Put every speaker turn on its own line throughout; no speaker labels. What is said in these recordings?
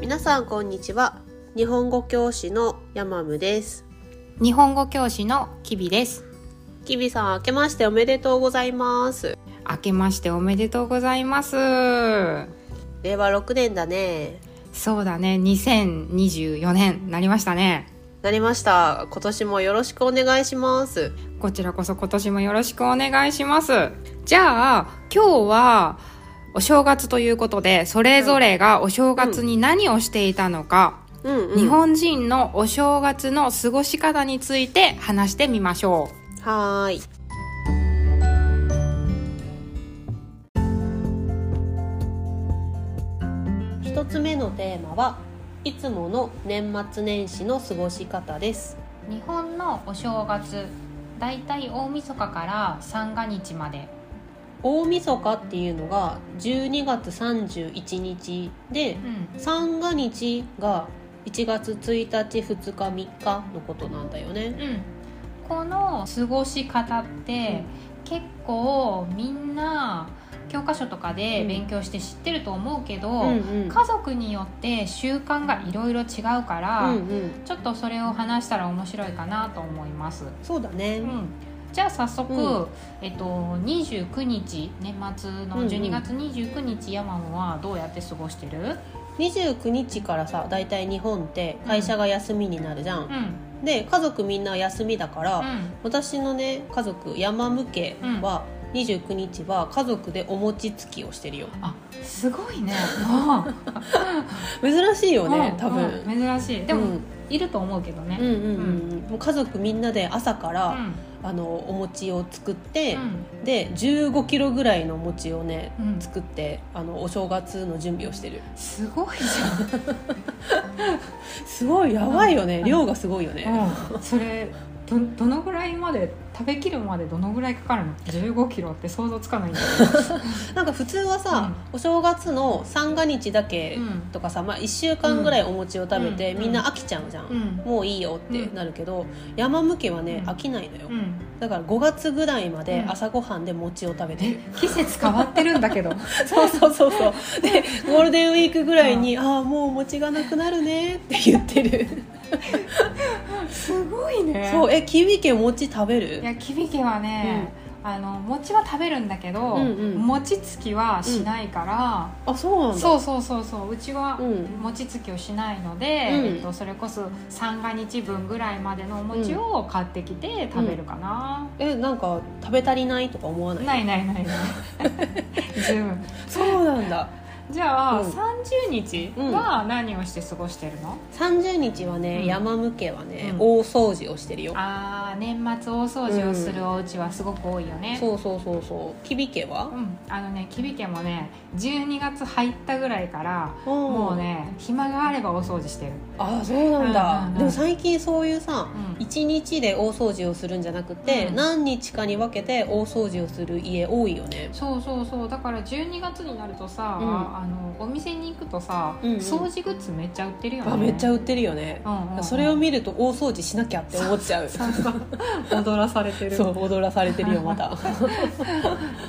皆さんこんにちは日本語教師のヤマムです
日本語教師のキビです
キビさん明けましておめでとうございます
明けましておめでとうございます
令和6年だね
そうだね2024年なりましたね
なりました今年もよろしくお願いします
こちらこそ今年もよろしくお願いしますじゃあ今日はお正月ということでそれぞれがお正月に何をしていたのか、
うん、うん、
日本人のお正月の過ごし方について話してみましょう
はーい一つ目のテーマはいつもの年末年始の過ごし方です
日本のお正月だいたい大晦日から三が日まで
大晦日っていうのが12月31日で
うん
三が日が1月1日2日3日のことなんだよね
うん、この過ごし方って結構みんな教科書とかで勉強して知ってると思うけど、
うん
家族によって習慣がいろいろ違うか
う
ら、
んうん
ちょっとそれを話したら面白いかなと思います。
そうだね
うんじゃあ早速、
うん
えっと、29日年末
うんう
の
ん
12月29日、ヤマムはどうやって過ごしてる、
29日からさ大体日本って会社が休みになるじゃ
うん
ん、
うん
で家族みんな休みだから、私のね家族山向家は、29日は家族でお餅つきをしてるよ
あすごいねも う
珍しいよね、
うん
多分、
うん珍しいでも、いると思うけどね
うん、うんうんうんもう家族みんなで朝か
う
ら、
ん
あのお餅を作って、
うん
で1 5キロぐらいのお餅をね
うん
作ってあのお正月の準備をしてる
すごいじ
すごいやばいよね、
うん
量がすごいよ
ゃ
ね、
ん、うん、それどどのぐらいまで食べきるまでどのぐらいかかるの1 5キロって想像つかないんだけど、
なんか普通はさ、お正月の三が日だけ
うん
とかさ、まあ、1週間ぐらいお餅を食べて、
うん
みんな飽きちゃうじゃん、
うん
もういいよってなるけど、山向けはね、
うん
飽きないのよ、
うん、
だから5月ぐらいまで
うん
朝ごはんで餅を食べてる、
季節変わってるんだけど
そうそうそうそうでゴールデンウィークぐらいに「ああもう餅がなくなるね」って言ってる
すごいね
そうえキビ家餅食べる
いやきびきはね、あの餅は食べるんだけど、
うんうん
餅つきはしないから、
あそうなんだ
そうそうそうそううちは
うん
餅つきをしないので、
うん
えっと、それこそ三が日分ぐらいまでのお餅を買ってきて食べるかな、
えなんか食べ足りないとか思わない
ないな いないない十分
そうなんだ
じゃあ、
うん
30日は何をして過ごしてるの、
30日はね、
うん
山向けはね、
うん
大掃除をしてるよ
ああ年末大掃除をするお家はすごく多いよね、
そうそうそうそうキビ家は
う、ん、あのねきび家もね12月入ったぐらいからもうね暇があればお掃除してる、
ああそうなんだ、
うんうんうん
でも最近そういうさ、
うん
一日で大掃除をするんじゃなくて、
うん
何日かに分けて大掃除をする家多いよね
そうそうそうだから12月になるとさ、
うん
あのお店に行くとさ、
うんうん
掃除グッズめっちゃ売ってるよね
あめっちゃ
売
売ってるよね、
うんうん、
それを見ると大掃除しなきゃって思っちゃう
そうそう踊らされて る
そう踊らされてるよま た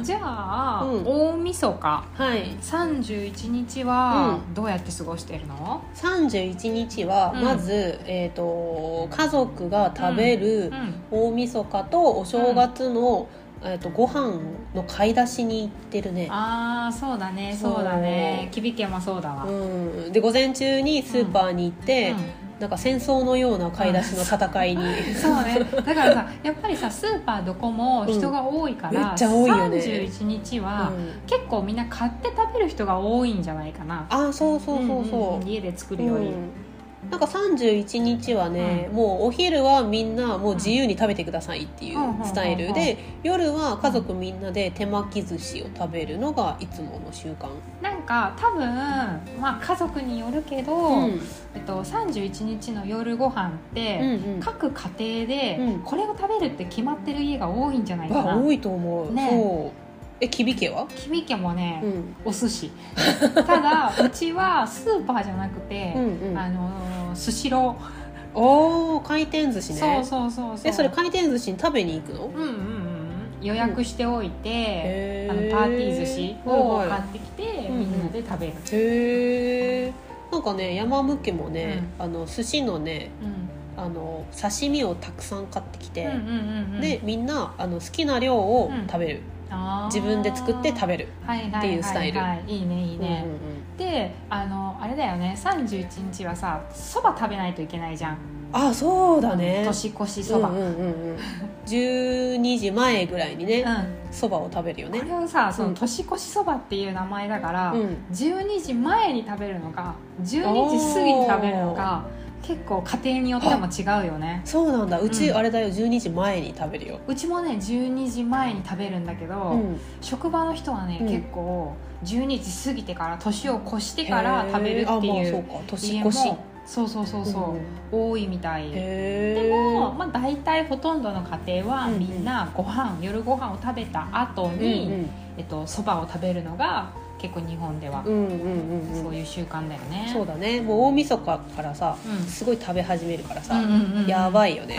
じゃあ、
うん
大晦日
はい
31日はどうやって過ごしてるの、
31日は
うん
まず、えー、と家族が食べ
う
る
ん
大晦日とお正月の、えー、とご飯の買い出しに行ってるね
ああそうだねそうだねきび家もそうだわ、
うん、で午前中にスーパーに行って、
うん
なんか戦争のような買い出しの戦 いに、
そうね、だからさやっぱりさスーパーどこも人が多いから、
うんめっちゃ多いよね
31日は、
うん
結構みんな買って食べる人が多いんじゃないかな
あーそうそうそう
うん
そ
うん
う、
家で作るより、
うんなんか31日はね、もうお昼はみんなもう自由に食べてくださいっていう
うん
スタイル
うんうんうんう
で夜は家族みんなで手巻き寿司を食べるのがいつもの習慣、
なんか多分まあ家族によるけど、
うん
えっと、31日の夜ご飯って、
うんうん
各家庭で
うん
これを食べるって決まってる家が多いんじゃない
が
かな、
多いと思う、
ね
そうえきび家は、
君家もね、
うん
お寿司 ただうちはスーパーじゃなくて、
うんうん
あのースシロー
おー回転寿司ね
そうそうそうそう
えそれ回転寿司に食べに行くの、
うんうんうん予約しておいて、
へ
あのパーティー寿司を買ってきて、
いはい
みんなで食べる、
へえなんかね山向けもね、あの寿司のね
うん
あの刺身をたくさん買ってきて、
うんうんうん
でみんなあの好きな量を食べる、自分で作って食べる
って
いうスタイル
はいはいはいいいねいいね、
うんうん
であのあれだよね31日はさそば食べないといけないじゃん
うんあそうだね
年越しそば、
う
うんん
うんうんうん、12時前ぐらいにねそば、を食べるよ
こ
ね
れをさそ
うん
の年越しそばっていう名前だから、
うん
12時前に食べるのか12時過ぎに食べるのか結構家庭によっても違うよね
そうなんだうち
うん
あれだよ12時前に食べるよ、
うちもね12時前に食べるんだけど、
うん
職場の人はね、
うん
結構12時過ぎてから年を越してから食べるって
へ
い
ーあ
う
まあそうか年
家
越
も
し
そうそうそうそう、
ん
多いみたいで
へー
も、まあ、大体ほとんどの家庭は
うんうん
みんなご飯、夜ご飯を食べた後
う
に、
ん
えっと、そばを食べるのが結構日本では
う、んうんうんうんうん
そういう習慣だよね
そうだねもう大晦日からさすごい食べ始めるからさ、
うんうんうんうん
やばい よね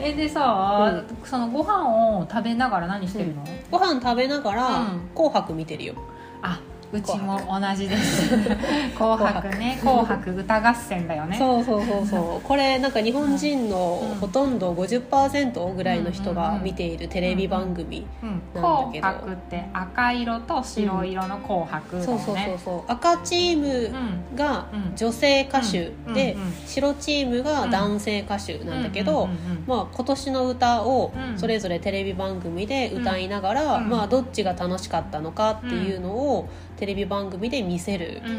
えでさ、そのご飯を食べながら何してるの、
ご飯食べながら、
うん
紅白見てるよ
あうちも同じです 紅白ね紅白歌合戦だよね
そうそうそうそうこれなんか日本人の
うん
ほとんど50%ぐらいの人
うんうん
が
うん
見ているテレビ番組、
うん
なんだ
紅
けど
白って赤色と白色の紅白だよね、
そうそうそうそう赤チーム
ん
が
うん
女性歌手
うん
で、
うんうん
白チームが男性歌手なんだけど、
うんうんうん
まあ、今年の歌を
うん
それぞれテレビ番組で歌いながら、
うん
まあ、どっちが楽しかったのかっていうのをテレビ番組で見せる
うんうん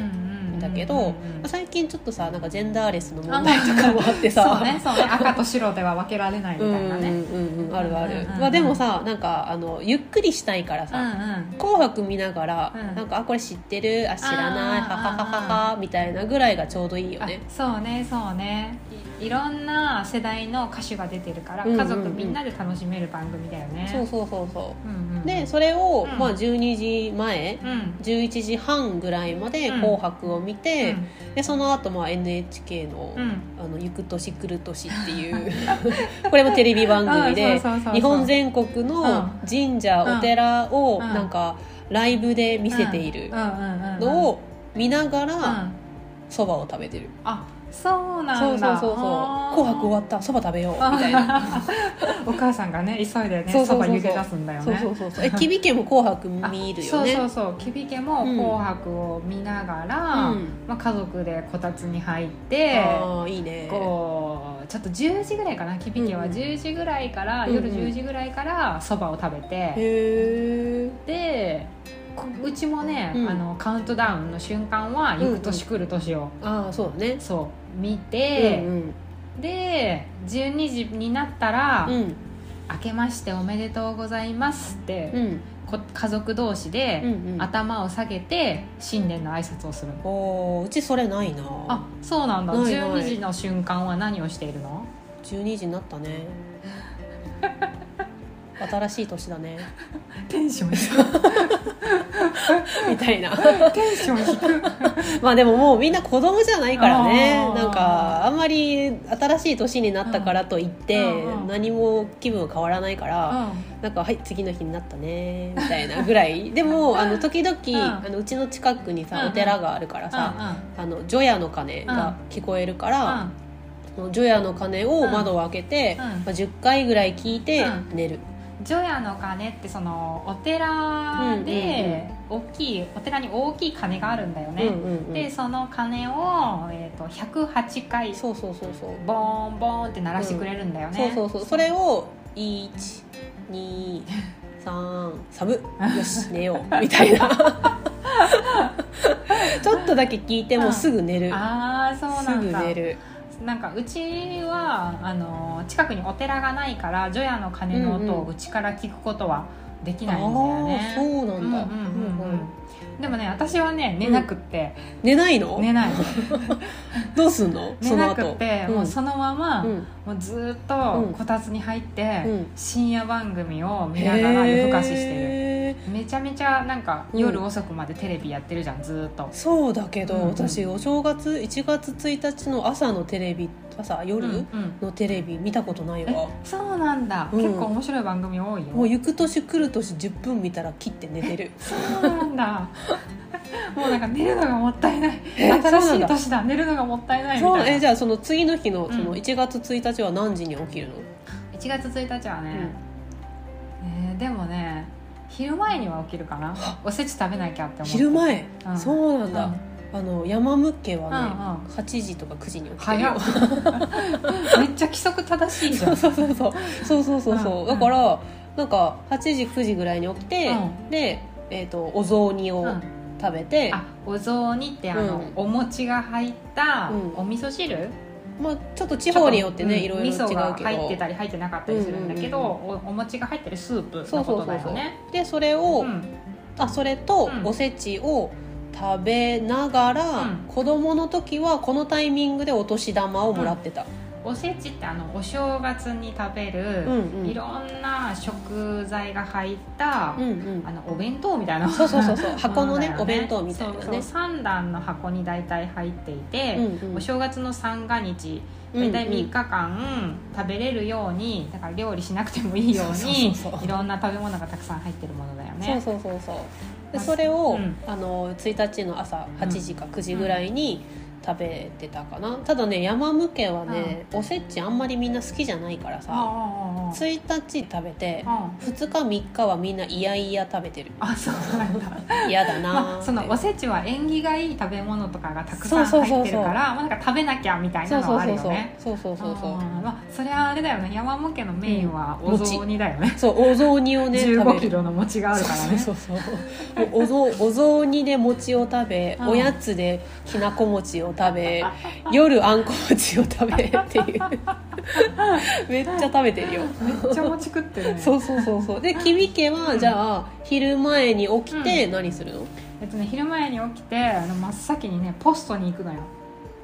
んだけど、まあ最近ちょっとさなんかジェンダーレスの
あ
問題とかもあってさ
そうねそうね赤と白では分けられないみ
うんう
た
ん
いなね
うんうんあるある、
うんうんうん
まあ、でもさなんかあのゆっくりしたいから
うん
さ、
うん
紅白見ながら、
うん
なんかあこれ知ってるあ知らない
あー
はははははみたいなぐらいがちょうどいいよ
あ
ね
そうねそうねいいろんな世代の歌手が出てるから
うんうんうん
家族みんなで楽しめる番組だよね
そうそうそうそう
うんうんうん
でそれを、
うん
まあ、12時前
うん
11時半ぐらいまで「
うん
紅白」を見て、
うん
でその後まあ NHK の「
うん
あの行く年来る年」っていう これもテレビ番組
うん
で
そうそうそうそう
日本全国の神社、
うん
お寺を
うん
なんかライブで見せている
うんうんうんうん
のを見なが
う
ら
ん
そばを食べてる、
あそうな
そうんそ
だ
うそうそう
あ
「
ー
紅白終わったそば食べよう」みたいな。
お母さんがね急いでね
そう
そ
そうそうそう
ば湯気出すんだよね
そうそうそうそうえ君家も「紅白」見るよね
あそうそうそうきびけも「紅白」を見ながら、
うん
まあ、家族でこたつに入って
ああいいね
こうちょっと10時ぐらいかなきびけ
う
は
んうん
10時ぐらいから、
うんうん
夜10時ぐらいからそばを食べて、
へえ
でこうちもね、
うん
あのカウントダウンの瞬間は「行く年来る年を」
ああそうだね
そう見て、
うん
で12時になったら
う
「
んうん
明けましておめでとうございます」って、
うん
こ家族同士で、
うんうん
頭を下げて新年の挨拶をするの
おーうちそれないな
あそうなんだ
ないない
12時の瞬間は何をしているの
12時になった ね新しい年だね
テンション低
みたいな
いテンション低い
まあでももうみんな子供じゃないからね
あー
なんかあんまり新しい年になったからといって
うんうん
何も気分は変わらないからなんか「はい次の日になったね」みたいなぐら いでもあの時々
ん
あのうちの近くに
うんう
さ
ん
お寺があるからさあの除夜の鐘が聞こえるから、その除夜の鐘を窓を開けて、
うん
まあ、10回ぐらい聞いて
うん
寝る、
除夜の鐘ってそのお寺で大きいお寺に大きい鐘があるんだよ
うん
ね、
うんうん
でその鐘を、えー、と108回
そうそうそうそう、
ボーンボーンって鳴らしてくれるんだよ
そう
ね、
そうそうそれを123寒よし寝ようみたいな ちょっとだけ聞いてもすぐ寝る、
ああそうな
すぐ
んだ
寝る
なんかうちはあの近くにお寺がないから除夜の鐘の
う
音を
んうん
うちから聞くことはでき
あ
ないんだよ
あー、
ね
そうなんだ、
うんうん
うん
うんう
うんん
でもね私はね寝なくって、
寝ないの、
寝ない
どうすんの
寝
その
なく
後
ってもうそのまま、
うんうん
もうずーっ
うん
とこたつに入って、
うん
深夜番組を見ながら夜更かししてる
へー
めちゃめちゃなんか
うん
夜遅くまでテレビやってるじゃんずーっと
そうだけど、
うんうん
私お正月1月1日の朝のテレビ朝夜
うんうん
のテレビ見たことないわ、
そうなんだ、
うん
結構面白い番組多いよ
もう行く年来る年10分見たら切って寝て る
そうな んだもうなんか寝るのがもったいない
えそうなんだ
新しい年だ寝るのがもったいないみ
そう
た
え
いな
じゃあその次の日の
ん
その1月1日は何時に起きるの、
1月1日はね、えーでもね昼前には起きるかなおせち食べなきゃって思って
昼前、
うん
そうな
うんん
だ、あの山向けはね、
うん
8時とか9時に起きてる
早
よ
っめっちゃ規則正しいじゃ
そ
ん
うそうそうそうそうそうそうそう、
うん
だからなんか8時9時ぐらいに起きて、
う
で、えー、とお雑煮を
うん
食べて、
あお雑煮ってあの、
うん
お餅が入った
うん
お味噌汁、
まあ、ちょっと地方によってね
うん
いろいろ違うけど
味噌が入ってたり入ってなかったりするんだけど、おお餅が入ってるスープ
そ
の
う
こ
そ
と
うそ
だ
う
よ
そう、
ね
でそれを、
うん
あそれと
うん
おせちを食べながら、
うん
子供の時はこのタイミングでお年玉をもらってた、
おせちってあのお正月に食べる、
うんうん
いろんな食材が入った、
うんうん
あのお弁当みたいな
そうそうそうそう箱のね
もだよ
お弁当みたいな
そうそう
ね
3段の箱に大体入っていて、
うんうん
お正月の三が日
うん
大体3日間食べれるようにだから料理しなくてもいいように
そうそうそうそう
いろんな食べ物がたくさん入ってるものだよね。
そうそうそうそうでそれを、
うん
あの1日の朝8時か9時ぐらいに食べてたかなただね山向けはね、おせちあんまりみんな好きじゃないからさ
ああ
1日食べて
あ
2日3日はみんないやいや食べてる
ああそうなんだ、
嫌だなー
ま
っ
あ、
て
そのおせちは縁起がいい食べ物とかがたくさん
そうそう
入
そ
っ
う
て
そう
るからまあ、なんか食べなきゃみたい
そ
な
う
の
そう
はあ
そ
る
う
よ
そう
ね。
そうそうそうそう
あーまあ、それはあれだよね山本家のメインは
うん
お雑煮だよね、
そうお雑煮を ね
1
食べ
5
る
キロの餅があるからね
そうそうそうもうお雑お雑煮で餅を食べ、
うん
おやつできなこ餅を食べ夜あんこ餅を食べっていうめっちゃ食べてるよ
めっちゃ餅食ってるね
そうそうそうそうで君家はじゃあ昼前に起きて
う
何するの、
えっとね昼前に起きてあの真っ先にねポストに行くのよ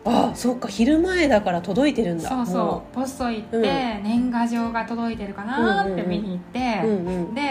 あそっか昼前だから届いてるんだ
そう
も
そうポスト行って、
うん
年賀状が届いてるかなーって見に行って、
ううんうん
で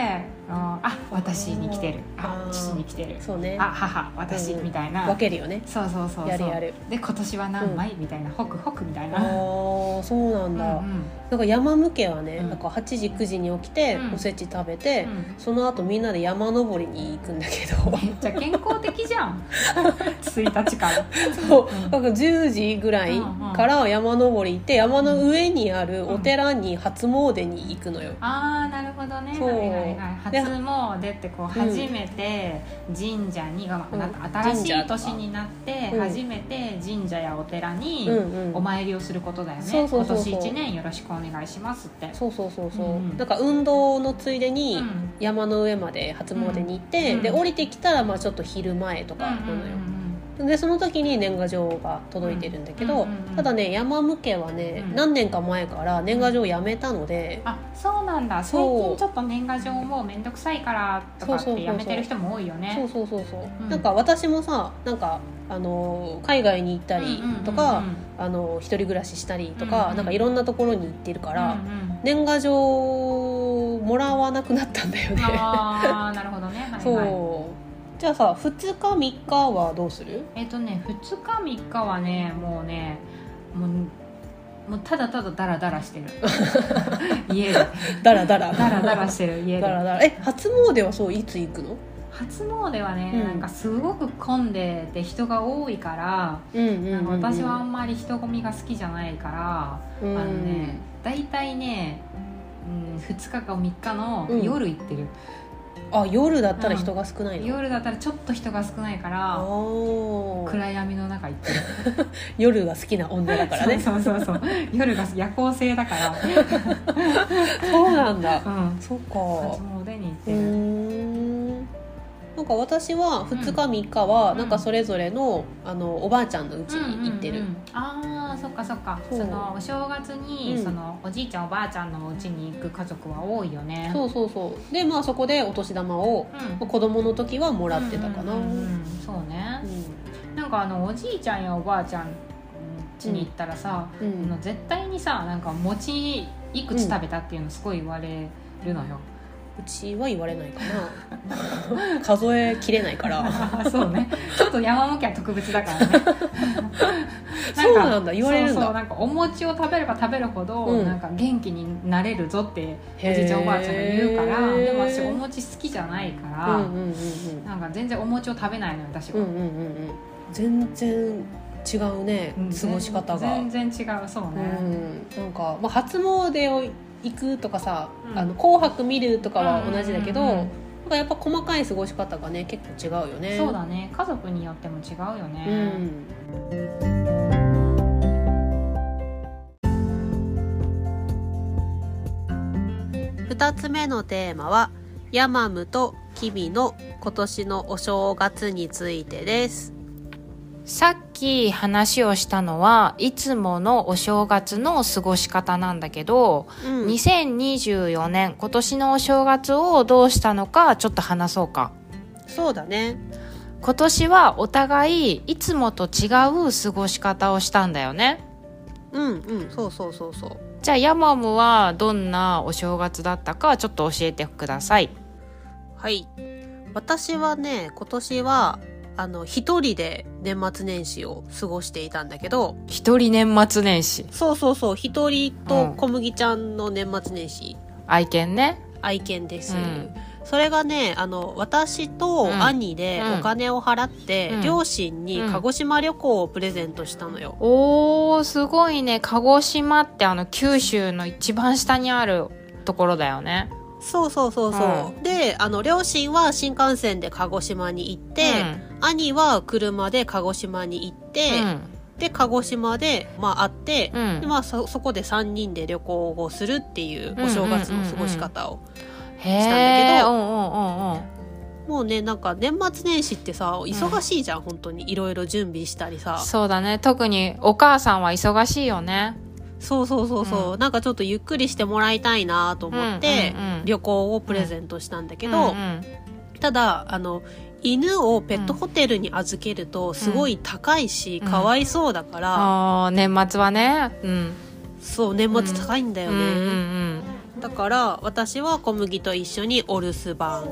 ああ私に来てるあ
あー
父に来てる
そうね
あ母私、
うん
みたいな
分けるよね
そうそうそうそう
やるやる
で今年は何枚、みたいなホクホクみたい
ああ
な
ーそうなんだ、
うんうん
なんか山向けはね、
うん
なんか8時9時に起きて、
うん
おせち食べて、
うん
その後みんなで山登りに行くんだけど
めっちゃ健康的じ ゃん1日から
そう
うん
なんか10時ぐらいから山登り行って山の上にあるお寺に初詣に行くのよ。
ああなるほどね
そう
はいはいはい初
で
詣ってこう初めて神社に、まあ
うん
なんか新しい
神社とか
年になって
うん
初めて神社やお寺に
うんう
お
ん
参りをすることだよね、
そうそうそうそう
今年1年よろしくお願いしますって
そうそうそうそう、
うんうん
なんか運動のついでに
うん
山の上まで初詣に行って、
うん
で降りてきたらまあちょっと昼前とかなのよ、でその時に年賀状が届いてるんだけど、
うんうんうん
ただね山向けはね、
うん
何年か前から年賀状やめたので、
あそうなんだ最
そう
近ちょっと年賀状も面倒くさいからとかっ
そうそうそうそ
て
う
やめてる人も多いよね
そうそうそうそう、
うん
なんか私もさなんかあの海外に行ったりとか、
うんうんうん
あの一人暮らししたりとか、
うんうん
なんかいろんなところに行ってるから、
うんうん
年賀状もらわなくなったんだよね、
ああなるほど ねはいはい
そうじゃあさ2日3日はどうする
えっとね2日3日はねもうねもうもうただただダラダラし てる家で
だらだら
ダラダラしてる家
だら
で
だらえ初詣はそういつ行くの
初詣はね、
うん
なんかすごく混んでて人が多いから、
うんうんうん、
なんか私はあんまり人混みが好きじゃないから、
うん
あのね大体ね、うん、2日か3日の
うん
夜行ってる、
あ夜だったら人が少ないの、
夜だったらちょっと人が少ないから
おー
暗闇の中行ってる
夜が好きな女だからね
そうそう そうそう夜が夜行性だから
そうなんだ
うん
そうか
初詣に行っ
う
て
ー
る、
んなんか私は2日3日は
うん
なんかそれぞれの,、あのおばあちゃんの家に行ってる、
うんうんうんああそっかそっか
そ
そうのお正月に、
うん
そのおじいちゃんおばあちゃんのお家に行く家族は多いよね
そうそうそうでまあそこでお年玉を
うん、
まあ子供の時はもらってたかな、
うんうんうんうんそうね
う
なんかあのおじいちゃんやおばあちゃん家に行ったらさ、
ん
あの絶対にさなんか餅いくつ食べたっていうのすごい言われるのよ、
うちは言われないか な数えきれないから
あー そうねちょっと山向きは特別だ からねか
そうなんだ言われるんだ
そうそうなんかお餅を食べれば食べるほど、
うん
なんか元気になれるぞって
へ
お
ー
じいちゃんおばあちゃんが言うからでも私お
うん
餅好きじゃないか
う
ら、
んうんうん
なんか全然お餅を食べないのよ私は、
うんうんうんうんうん全然違うね
うん
過ごし方が、うん
全然違うそうね、
なんか、まあ、初詣を行くとかさ「
うん
あの紅白」見るとかは同じだけど、
うんうんうん
なんかやっぱ細かい過ごし方がね結構違うよね
そうだね家族によっても違うよね、
うん2つ目のテーマはヤマムとキミの今年のお正月についてです。
さっき話をしたのはいつものお正月の過ごし方なんだけど、
うん
2024年今年のお正月をどうしたのかちょっと話そうか
そうだね。
今年はお互いいつもと違う過ごし方をしたんだよね
うんうん、そうそうそうそう。
じゃあヤマムはどんなお正月だったかちょっと教えてください
はい。私はね、今年は、あの、一人で年末年始を過ごしていたんだけど、
一人年末年始
そうそうそう、一人
う
と
ん
小麦ちゃんの年末年始
愛犬ね
愛犬です、
うん
それがねあの私と兄で
う
お
ん
金を払って、
うん
両親に
うん
鹿児島旅行をプレゼントしたのよ、
おーすごいね鹿児島ってあの九州の一番下にあるところだよね
そうそうそうそう、であの両親は新幹線で鹿児島に行って、兄は車で鹿児島に行って、で鹿児島で、まあ、会って、
うんうん
でまあ、そそこで3人で旅行をするっていうお正月の過ごし方を、
へえ
したんだけど
うんうんうんうん
もうねなんか年末年始ってさ忙しいじゃん、本当にいろいろ準備したりさ
そうだね特にお母さんは忙しいよね
そうそうそうそう、
う
なんかちょっとゆっくりしてもらいたいなと思って、
うんうんうん
旅行をプレゼントしたんだけ
け
ど、ただあの犬をペットホテルに預けるとすごい高いし、
うん
かわいそうだから、
あー年末はねうん
そう年末高いんだ
う
よ
んう
ね、
んうん
だから私は小麦と一緒にお留守番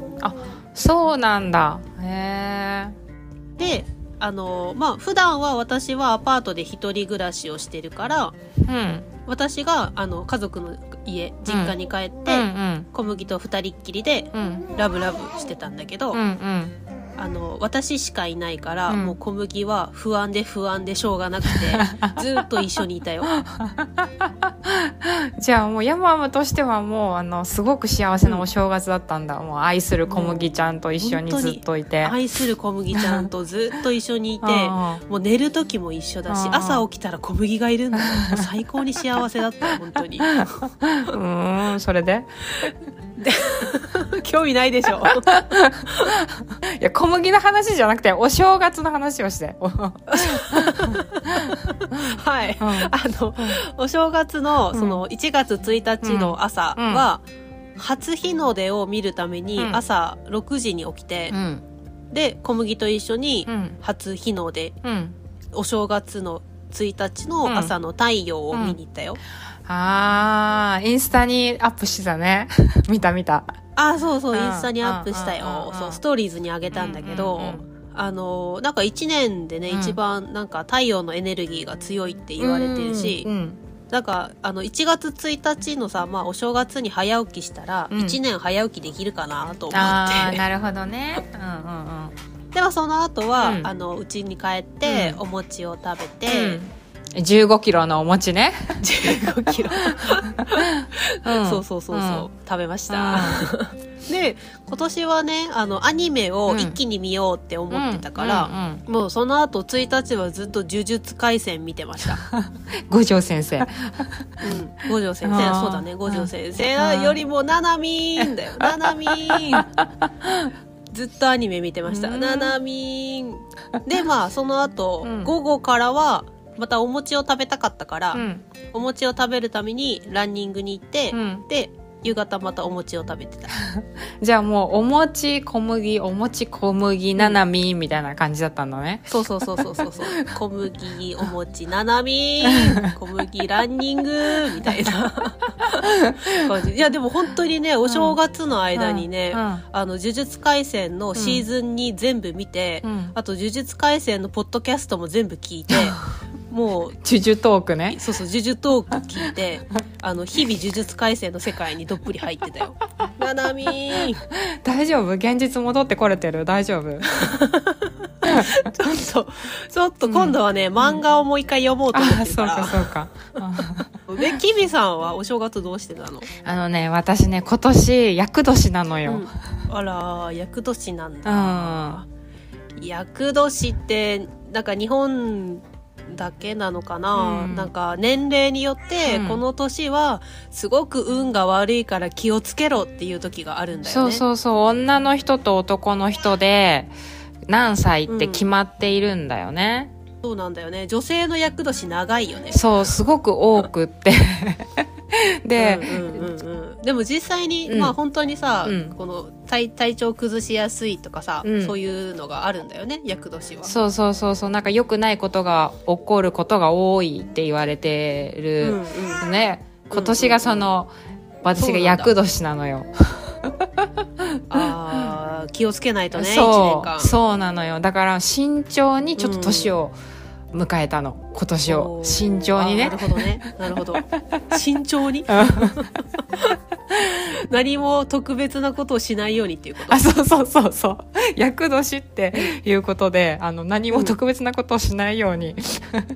そうなんだへ
であのまあ普段は私はアパートで一人暮らしをしてるから
えうん
私があの家族の家実家に帰って、
うんうん
小麦と二人っきりで
うん
ラブラブしてたんだけど、
うんうん
あの私しかいないから、
うん
もう小麦は不安で不安でしょうが なくてずっと一緒にいたよ
じゃあもうヤマムとしてはもうあのすごく幸せなお正月だったんだ、もう愛する小麦ちゃんと一緒にずっといて
愛する小麦ちゃんとずっと一緒にいて
うん
もう寝る時も一緒だし
うん
朝起きたら小麦がいるんだよもう最高に幸せだったよ本当 に
うんうーんそれで
興味ないでしょ
いや小麦の話じゃなくてお正月の話をして、うん
はいあのお正月のその1月1日の朝は、初日の出を見るために
うん
朝6時に起きて
う、ん
で小麦と一緒に
うん
初日の出
うん
お正月の1日の朝の太陽を見に行ったよ、
あー、インスタにアップしてたね。 見た見た。
ああそうそう
うん
インスタにアップした
うんうん
よ
うん
そうストーリーズにあげたんだけ
う
ど
んうんう
あのなんか1年でね
うん
一番なんか太陽のエネルギーが強いって言われてるし
うん。
なんかあの1月1日のさ、まあ、お正月に早起きしたら
うん
1年早起きできるかなと思
あ
っ
ー、
て、
なるほどね。うんうん
ではその後は
うん
あのうちに帰って
うん
お餅を食べて、
うん。うん、15キロのお餅ね。
15キロ、そうそうそうそう、
ん
食べました、で今年はねあのアニメを一気に見ようって
う
思
ん
ってたから、
うんうん
もうその後1日はずっと呪術廻戦見てました。
五条先生。
うん。五条先生
あ、ー
そうだね、五条先
あ
生
ー
よりもななみーんだよ、ななみーん。ずっとアニメ見てました、
うん
ななみーん。で、まあその後、
うん
午後からは、またお餅を食べたかったから、
うん。
お餅を食べるためにランニングに行って、
うん。
で、夕方またお餅を食べてた。
じゃあもう、お餅、小麦、お餅、小麦、ななみ、みたいな感じだったんだね。
そうそうそうそうそうそう。 小 麦、お餅、ななみーん、小麦、ランニング、みたいな。感じいやでも本当にねお正月の間にね、
うんうん
あの呪術廻戦のシーズンに全部見て、
うん
あと呪術廻戦のポッドキャストも全部聞い てもう
ジュジュトークね
そうそう呪術トーク聞いてあの日々呪術廻戦の世界にどっぷり入って たよ。ななみー
大丈夫現実戻ってこれてる大丈夫
ちょっとちょっと今度はね、漫画をもう一回読もうと
あ
思っ
ー
てる
そ
か。
うからそうかあー
でキミさんはお正月どうしてたの？
あのね私ね今年厄年なのよ、
うんあらー厄年なんだ。
あ
厄年ってなんか日本だけなのかな、
うん
なんか年齢によって
うん
この年はすごく運が悪いから気をつけろっていう時があるんだよ
そ
ね。
うそうそう女の人と男の人で何歳って決まっているんだよね、
そうなんだよね。女性の厄年長いよね。
そうすごく多くって で、
うんうんうんうんでも実際に、
うん
まあ本当にさ、
うん
この体体調崩しやすいとかさ、
うん
そういうのがあるんだよね厄年は。
そうそうそうそうなんか良くないことが起こることが多いって言われて
うん
る、
うん
ね今年がその、私が厄年なのよ
あー気をつけないとね一年
そう
間
そうなのよだから慎重にちょっと年を迎えたの、今年を
おー
慎重にね
あーなるほどねなるほど慎重に 何も特別なことをしないようにっていうこと
あ、そうそうそうそう。厄年っていうことで、あの、何も特別なことをしないように。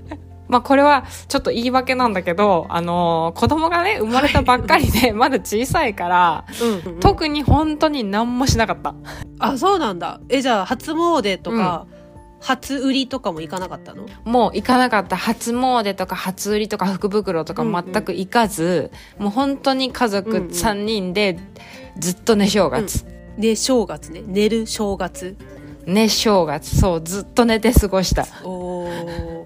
まあ、これはちょっと言い訳なんだけど、あの、子供がね、生まれたばっかりで、 まだ小さいから、
うんうん
特に本当に何もしなかった。
あそうなんだえじゃあ初詣とか、初売りとかも行かなかったの
もう行かなかった。初詣とか初売りとか福袋とか
うんうん
全く行かず、もう本当に家族
うんうん
3人でずっと寝正月。
ね正月ね寝る正月
寝正月。そう、ずっと寝て過ごした。
おー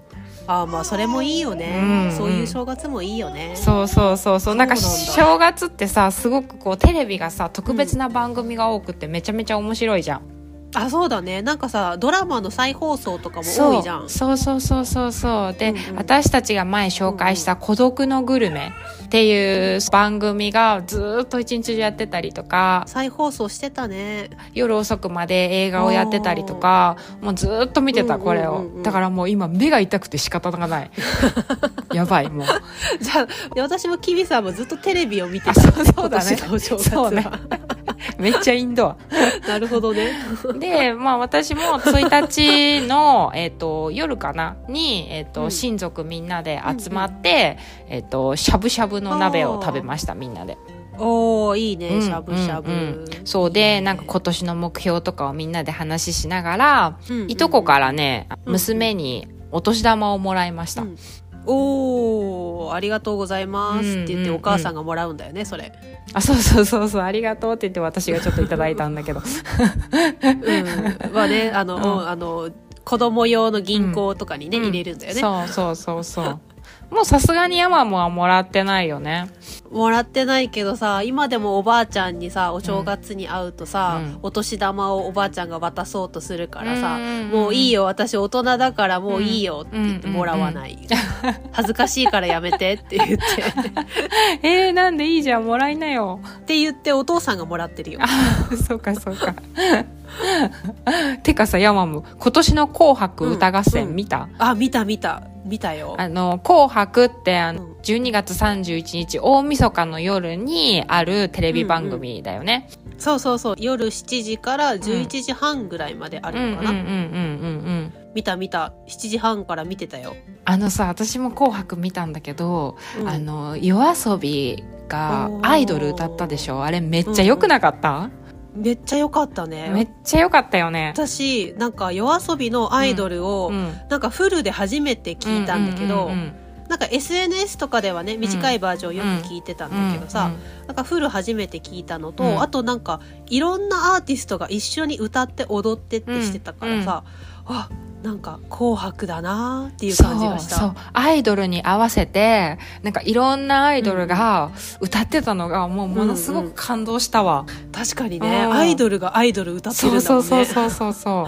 あーまあそれもいいよね、
うんうん
そういう正月もいいよね
そうそうそうそうなんか
そうなんだ
正月ってさすごくこうテレビがさ特別な番組が多くてめちゃめちゃ面白いじゃん、
あそうだねなんかさドラマの再放送とかも多
そう
いじゃん
そうそうそうそうそうで、
うんうん
私たちが前紹介した「孤独のグルメ」っていう番組がずーっと一日中やってたりとか
再放送してたね
夜遅くまで映画をやってたりとかもうずーっと見てたこれを、
うんうんうんうん
だからもう今目が痛くて仕方 がないやばいもう
じゃあ、私もキミさんもずっとテレビを見てた。
あそうそうだね
今年のお正月
そうね
は
めっちゃインドア
なるほどね。
で、まあ私も1日の、えっと、夜かなに、えっと、
うん
親族みんなで集まって、えっと、しゃぶしゃぶの鍋を食べました、みんなで。
おー、いいね、
ん
しゃぶしゃぶ。
うんうんそうで、なんか今年の目標とかをみんなで話ししながら、
うんうん
いとこからね、
うん
娘にお年玉をもらいました。
うんおー、ありがとうございますって言っ
うんうん
て
うん
お母さんがもらうんだよね、そ れ。
あ、そうそうそうそう、ありがとうって言って私がちょっといただいたんだ け
う
ど。
ん。まあね、あの、
うん
うんあの、子供用の銀行とかにね、
うん
入れるんだよね。
そうそうそうそう。もうさすがにヤマモはもらってないよね。
もらってないけどさ、今でもおばあちゃんにさ、お正月に会うとさ、
うん
お年玉をおばあちゃんが渡そうとするから
う
さ
んうんうん、
もういいよ、私大人だからもういいよって言ってもらわない。恥ずかしいからやめてって 言って、
えー、なんでいいじゃん、もらいなよ。
って言ってお父さんがもらってるよ。
そうかそうか。てかさ、ヤマム、今年の紅白歌合
うんう
戦
ん
見た、
あ、見た見た、見たよ。
あの、紅白ってあ
うん
の、12月31日大晦日の夜にあるテレビ番組だよね。
そうそうそう、夜7時から11時半ぐらいまであ
うんうん
る
うん
の
う
かな。
んうんうん。
見た見た、7時半から見てたよ。
あのさ、私も紅白見たんだけど、
うん
あの、夜遊びが
おー
アイドル歌ったでしょあれめっちゃ良くなかった、
めっちゃ良かったね。
めっちゃ良かったよね。
私、なんか夜遊びのアイドルを、
うん
なんかフルで初めて聞いたんだけど、
うんうんうん
なんか SNS とかではね短いバージョンよく聞いてたんだけどさ、なんかフル初めて聞いたのと、
うん
あとなんかいろんなアーティストが一緒に歌って踊ってってしてたからさ、あなんか「紅白」だなーっていう感じがした。
そうそうアイドルに合わせてなんかいろんなアイドルが歌ってたのがもうものすごく感動したわ、
確かにね
うん
アイドルがアイドル歌ってるん
そう
だ
そ
も
うんそう
ね
そうそうそ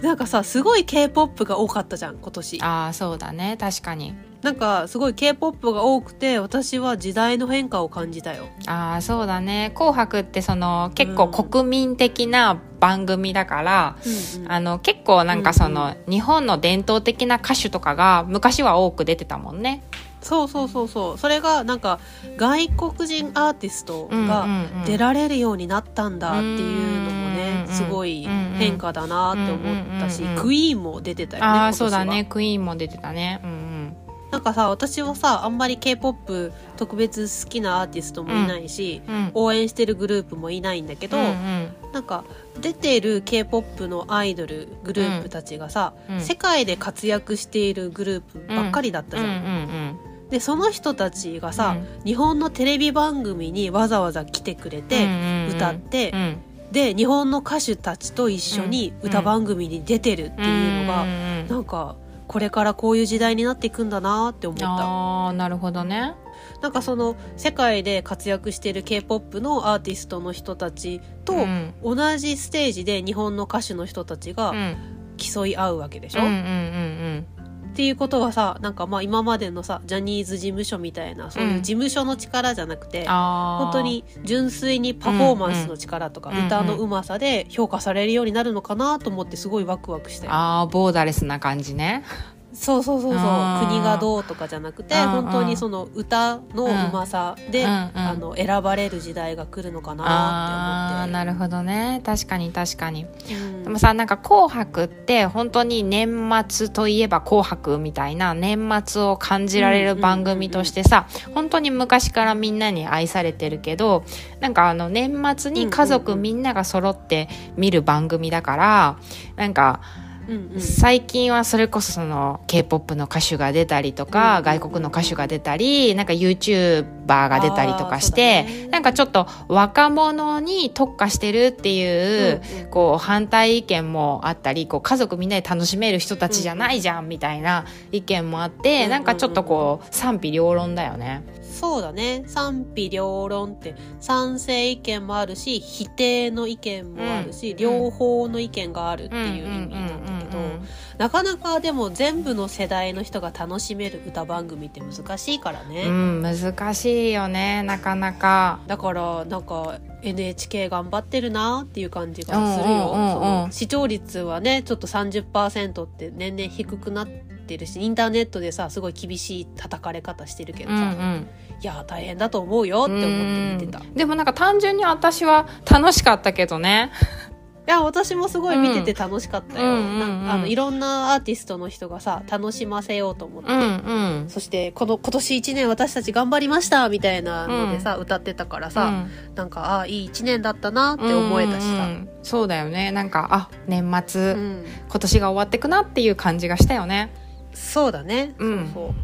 う
なんかさすごい k p o p が多かったじゃん今年
ああそうだね確かに
なんかすごい K-POP が多くて私は時代の変化を感じたよ。
ああそうだね「紅白」ってその結構国民的な番組だから、
うんうん
あの結構なんかそ
う
の、
ん
日本の伝統的な歌手とかが昔は多く出てたもんね。
そうそうそうそうそれがなんか外国人アーティスト
うん
が
うんうん
出られるようになったんだっていうのも
うんうん
ね
うん
すごい変化だなって思ったし
うんうんうん
クイーンも出てたよね
あ
今
あ
年
そうだ
は
ねクイーンも出てたね。うん
なんかさ私はさあんまり k p o p 特別好きなアーティストもいないし、
うんうん
応援してるグループもいないんだけど、
うんうん
なんか出てる k p o p のアイドルグループたちがさ、
うん
世界で活躍しているグループばっかりだった
うん
じ
う
ゃ
ん
ん。
うん
でその人たちがさ、日本のテレビ番組にわざわざ来てくれ
うん
て
うんうん
歌って、
うん
で日本の歌手たちと一緒に歌番組に出てるっていうのが、
んんうん
なんかこれからこういう時代になっていくんだなって思った。
ああなるほどね。
なんかその世界で活躍している K-POP のアーティストの人たち
う
と
ん
同じステージで日本の歌手の人たち
う
が
ん
競い合うわけでしょ、
うんうん
っ
うん
ていうことはさなんかまあ今までのさジャニーズ事務所みたいなそういう事務所の力じゃなくて、
うん、あー
本当に純粋にパフォーマンスの力とか
うんうん
歌のうまさで評価されるようになるのかなと思ってすごいワクワクして
あーボーダレスな感じね。
そうそうそうそう
あー
国がどうとかじゃなくて
うんうん
本当にその歌のうまさで、
うんうん
あの選ばれる時代が来るのかな
あ
っ
ー
て思って
なるほどね確かに確かに
うん
でもさなんか「紅白」って本当に年末といえば「紅白」みたいな年末を感じられる番組としてさ、本当に昔からみんなに愛されてるけどなんかあの年末に家
うん
族
うんうん
みんなが揃って見る番組だからなんか
うんうん
最近はそれこそその k p o p の歌手が出たりと
うんうん
か、
うん
外国の歌手が出たりなんか YouTuber が出たりとかし
あ
て、
ーそうだね
なんかちょっと若者に特化してるっていう、
うんうん
こう反対意見もあったりこう家族みんなで楽しめる人たちじゃないじゃんみたいな意見もあって、
うんうん
なんかちょっとこう賛否両論だよね。
そうだね賛否両論って賛成意見もあるし否定の意見もあるし、
ん
両方の意見があるって
うんうん
いう意味なんだけど、
うんうん
なかなかでも全部の世代の人が楽しめる歌番組って難しいから
う
ね、
ん、難しいよねなかなか。
だからなんか NHK 頑張ってるなっていう感じがする
うんうんうんうん
よその視聴率はねちょっと30%って年々低くなってるしインターネットでさすごい厳しい叩かれ方してるけど
う
さ、
んう
い
ん
や大変だと思うよって思って見てた、
うんでもなんか単純に私は楽しかったけどね
いや私もすごい見てて楽しかったよ、
うんうんうんうん
なんかあのいろんなアーティストの人がさ楽しませようと思って、
うんうん
そしてこの今年1年私たち頑張りましたみたいなのでさ、歌ってたからさ、なんかああいい1年だったなって思えたし
うん
さ、
うんうんそうだよねなんかあ年末、
うん
今年が終わってくなっていう感じがしたよね
そうだね、
うん
そうそう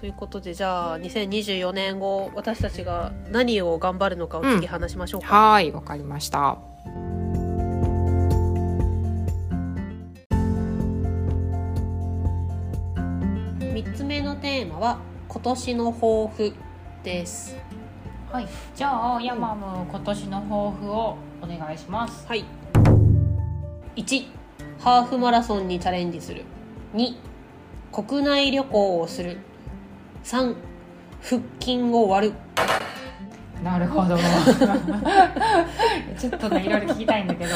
ということでじゃあ2024年後私たちが何を頑張るのかを次話しましょうか、
はーいわかりました
3つ目のテーマは「今年の抱負」です
はいじゃあヤマム今年の抱負をお願いします
はい1ハーフマラソンにチャレンジする2国内旅行をする3腹筋を割る
なるほ どちょっとねいろいろ聞きたいんだけど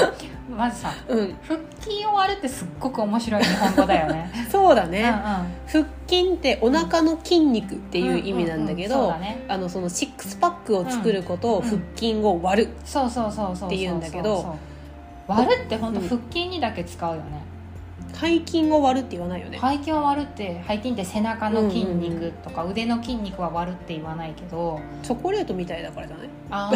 まずさ
うん
腹筋を割るってすっごく面白い日本語だよね
そうだ
う ん
ね、腹筋ってお腹の筋肉っていう意味なんだけど、
うんうんうんそうだね
あのそのシックスパックを作ることを
うん
腹筋を割る、
そうそうそうそう
って言うんだけど
そうそう割るって本当腹筋にだけ使うよね、
背筋を割るって言わないよね、
背筋を割るって背筋って背中の筋肉とか腕の筋肉は割るって言わないけ ど、
チョコレートみたいだからじゃない、
あ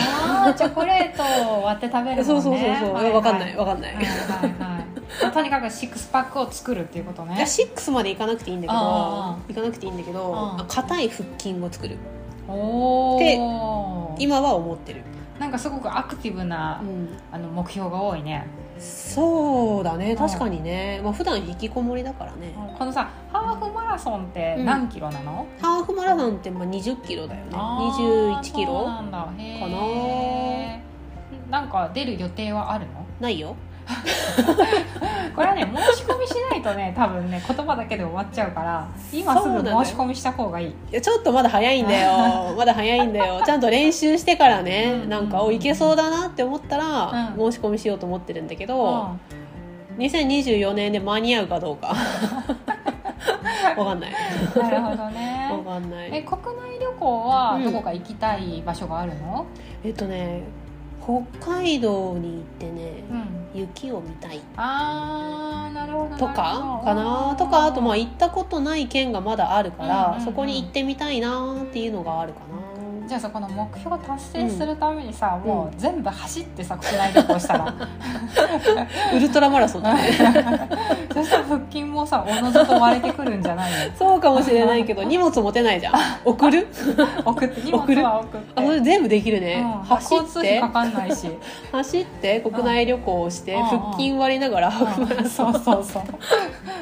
あチョコレートを割って食べるもんね
そうそうそうそう、
はは
わかんないわかんない、
はいはいはいまあとにかくシックスパックを作るっていうこと
いや
ね
シックスまでいかなくていいんだけど
あ
いかなくていいんだけど
うん
あ硬い腹筋を作る
おお
今は思ってる、
なんかすごくアクティブな、あの目標が多いね
そうだね
ん
確かにね、まあ普段引きこもりだからね、
このさハーフマラソンって何キロなの、
ハーフマラソンってまあ20キロだよね
あー
21キ
そう
ロ
なんだへー
か
なんか出る予定はある
な
の
いよ
これはね申し込みしないとね 多分ね言葉だけで終わっちゃうから今すぐ申し込みした方がいい
いやちょっとまだ早いんだよ まだ早いんだよちゃんと練習してからね
うん
なんかおいけそうだなって思ったら
う
申し込みしようと思ってるんだけ
う
ど、
ん
2024年で間に合うかど うかわかんない
なるほど
わ
ね
かんな
え
い
国内旅行はどこか行きたい場所があるの、
えっとね北海道に行ってね
うん、
雪を見たい
あーなるほどなるほど
とかかなとかあとまあ行ったことない県がまだあるから、
うんうんうん
そこに行ってみたいなっていうのがあるか な
じゃあさこの目標達成するためにさ、
うん
もう全部走ってさ国内旅行したら
ウルトラマラソンだね
そしたら腹筋もさおのずと割れてくるんじゃない
そうかもしれないけど荷物持てない じゃん送る
の送って荷
送
物
る
は送って
あそれ全部できるね、
うん
走
交通
っ
費
て
かかんない し、
走って国内旅行をして、
うん
腹筋割りながら、
うんそうそうそう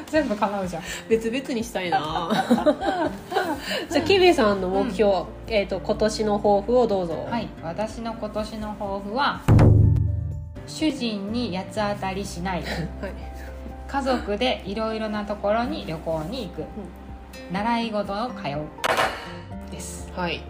全部叶うじゃん
別々にしたいな じゃあキビさんの目標、えっ、と今年の抱負をどうぞ、
はい私の今年の抱負は主人に八つ当たりしない
はい
家族でいろいろなところに旅行に行く、習い事を通う です
はい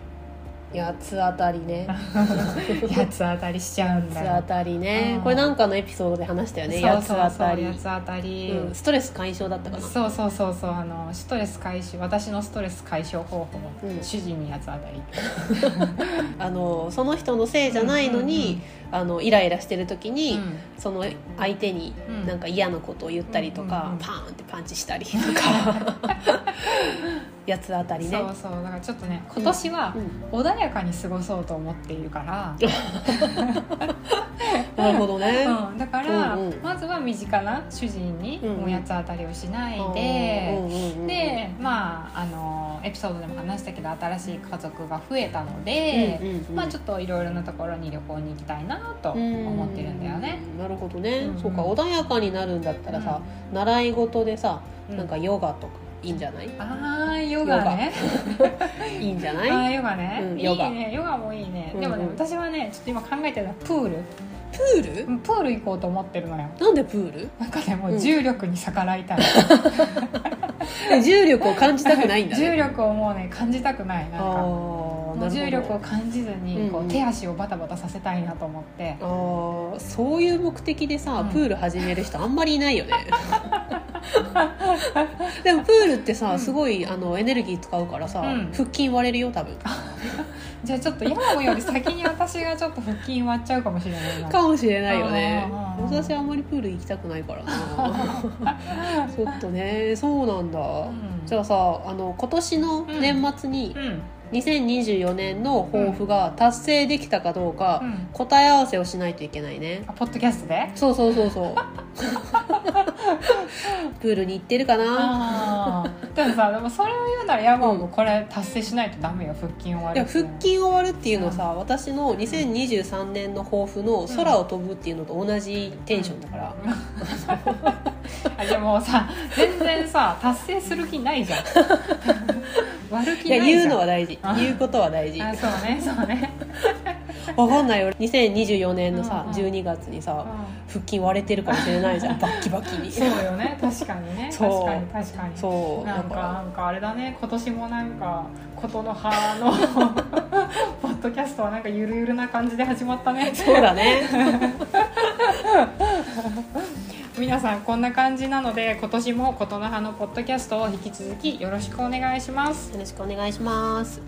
八つ当たり ね
八つ当たりしちゃうんだ
八つ当
よ
たりね
うん
これなんかのエピソードで話したよね
そうそう
八つ
そう
当たり
八つ当たり、
うんストレス解消だったかな
そうそうそうそうあのストレス解消私のストレス解消方法、
うん
主人に八つ当たり
あのその人のせいじゃないのに、あのイライラしてる時
うん
に、
うんうん
その相手に
うん
なんか嫌なことを言ったりと
うん
か、
うんうん
パーンってパンチしたりとか 八つ当たりね
そうそうだからちょっとね今年は
うん
穏やかに過ごそうと思っているから、
なるほどね、
うん、だから、
うんうん
まずは身近な主人に
うんうん
もう八つ当たりをしない
うん
で、
うんうんうん
でまああのエピソードでも話したけど新しい家族が増えたので、
うんうんうん
まあ、ちょっといろいろなところに旅行に行きたいなと思ってるんだよね。
うん。なるほどね、
うん
そうか穏やかになるんだったらさ、習い事でさ、
うん
なんかヨガとかいいんじゃない？
あーヨガね
いいんじゃ
あ
ない？
ーヨガね、
うん
い
ヨガ
いねヨガもいいね、でもね
うんうん
私はねちょっと今考えてるのはプール
プー
う
ル？
んプール行こうと思ってるのよ
なんでプール？
なんかねも
うん
う重力に逆ら いたい、
え重力を感じたくないんだ
重
ね。
力をもうね感じたくないなんか
ああ、なるほど。
重力を感じずにこう、
うんうん
手足をバタバタさせたいなと思って
ああ、そういう目的でさ、
うん
プール始める人あんまりい ないよね。でもプールってさ、
うん
すごいあのエネルギー使うからさ、
うん
腹筋割れるよ多分。
じゃあちょっとヤモより先に私がちょっと腹筋割っちゃうかもしれないな
かもしれないよね
あー
私あんまりプール行きたくないからな ちょっとねそうなんだ、
うん
じゃあさあの今年の年末に
うん
2024年の抱負が達成できたかどうか
うん
答え合わせをしないといけないね
あポッドキャストで
そうそうそうそう プールに行ってるかな
あーでもさでもそれを言うならヤモもこれ達成しないとダメよ腹筋終わ
い
る
や腹筋を割るっていうのさ、私の2023年の抱負の空を飛ぶっていうのと同じテンションだから、
あでもさ全然さ達成する気ない じゃん割る気
い
な
や
いじゃん
言うのは大事
あ
言うことは大事
あそうねそうね、
わかんないよ2024年のさ
うんうん
12月に
う
さ
ん
腹筋割れてるかもしれないじゃんバッキバキに
そうよね確かにね
そう
確かに確かに
そう
なんか
だ
なんかあれだね今年もなんか琴の葉の ポッドキャストはなんかゆるゆるな感じで始まったね
らそうだ ね
皆さんこんな感じなので今年も琴の葉のポッドキャストを引き続きよろしくお願いします
よろしくお願いします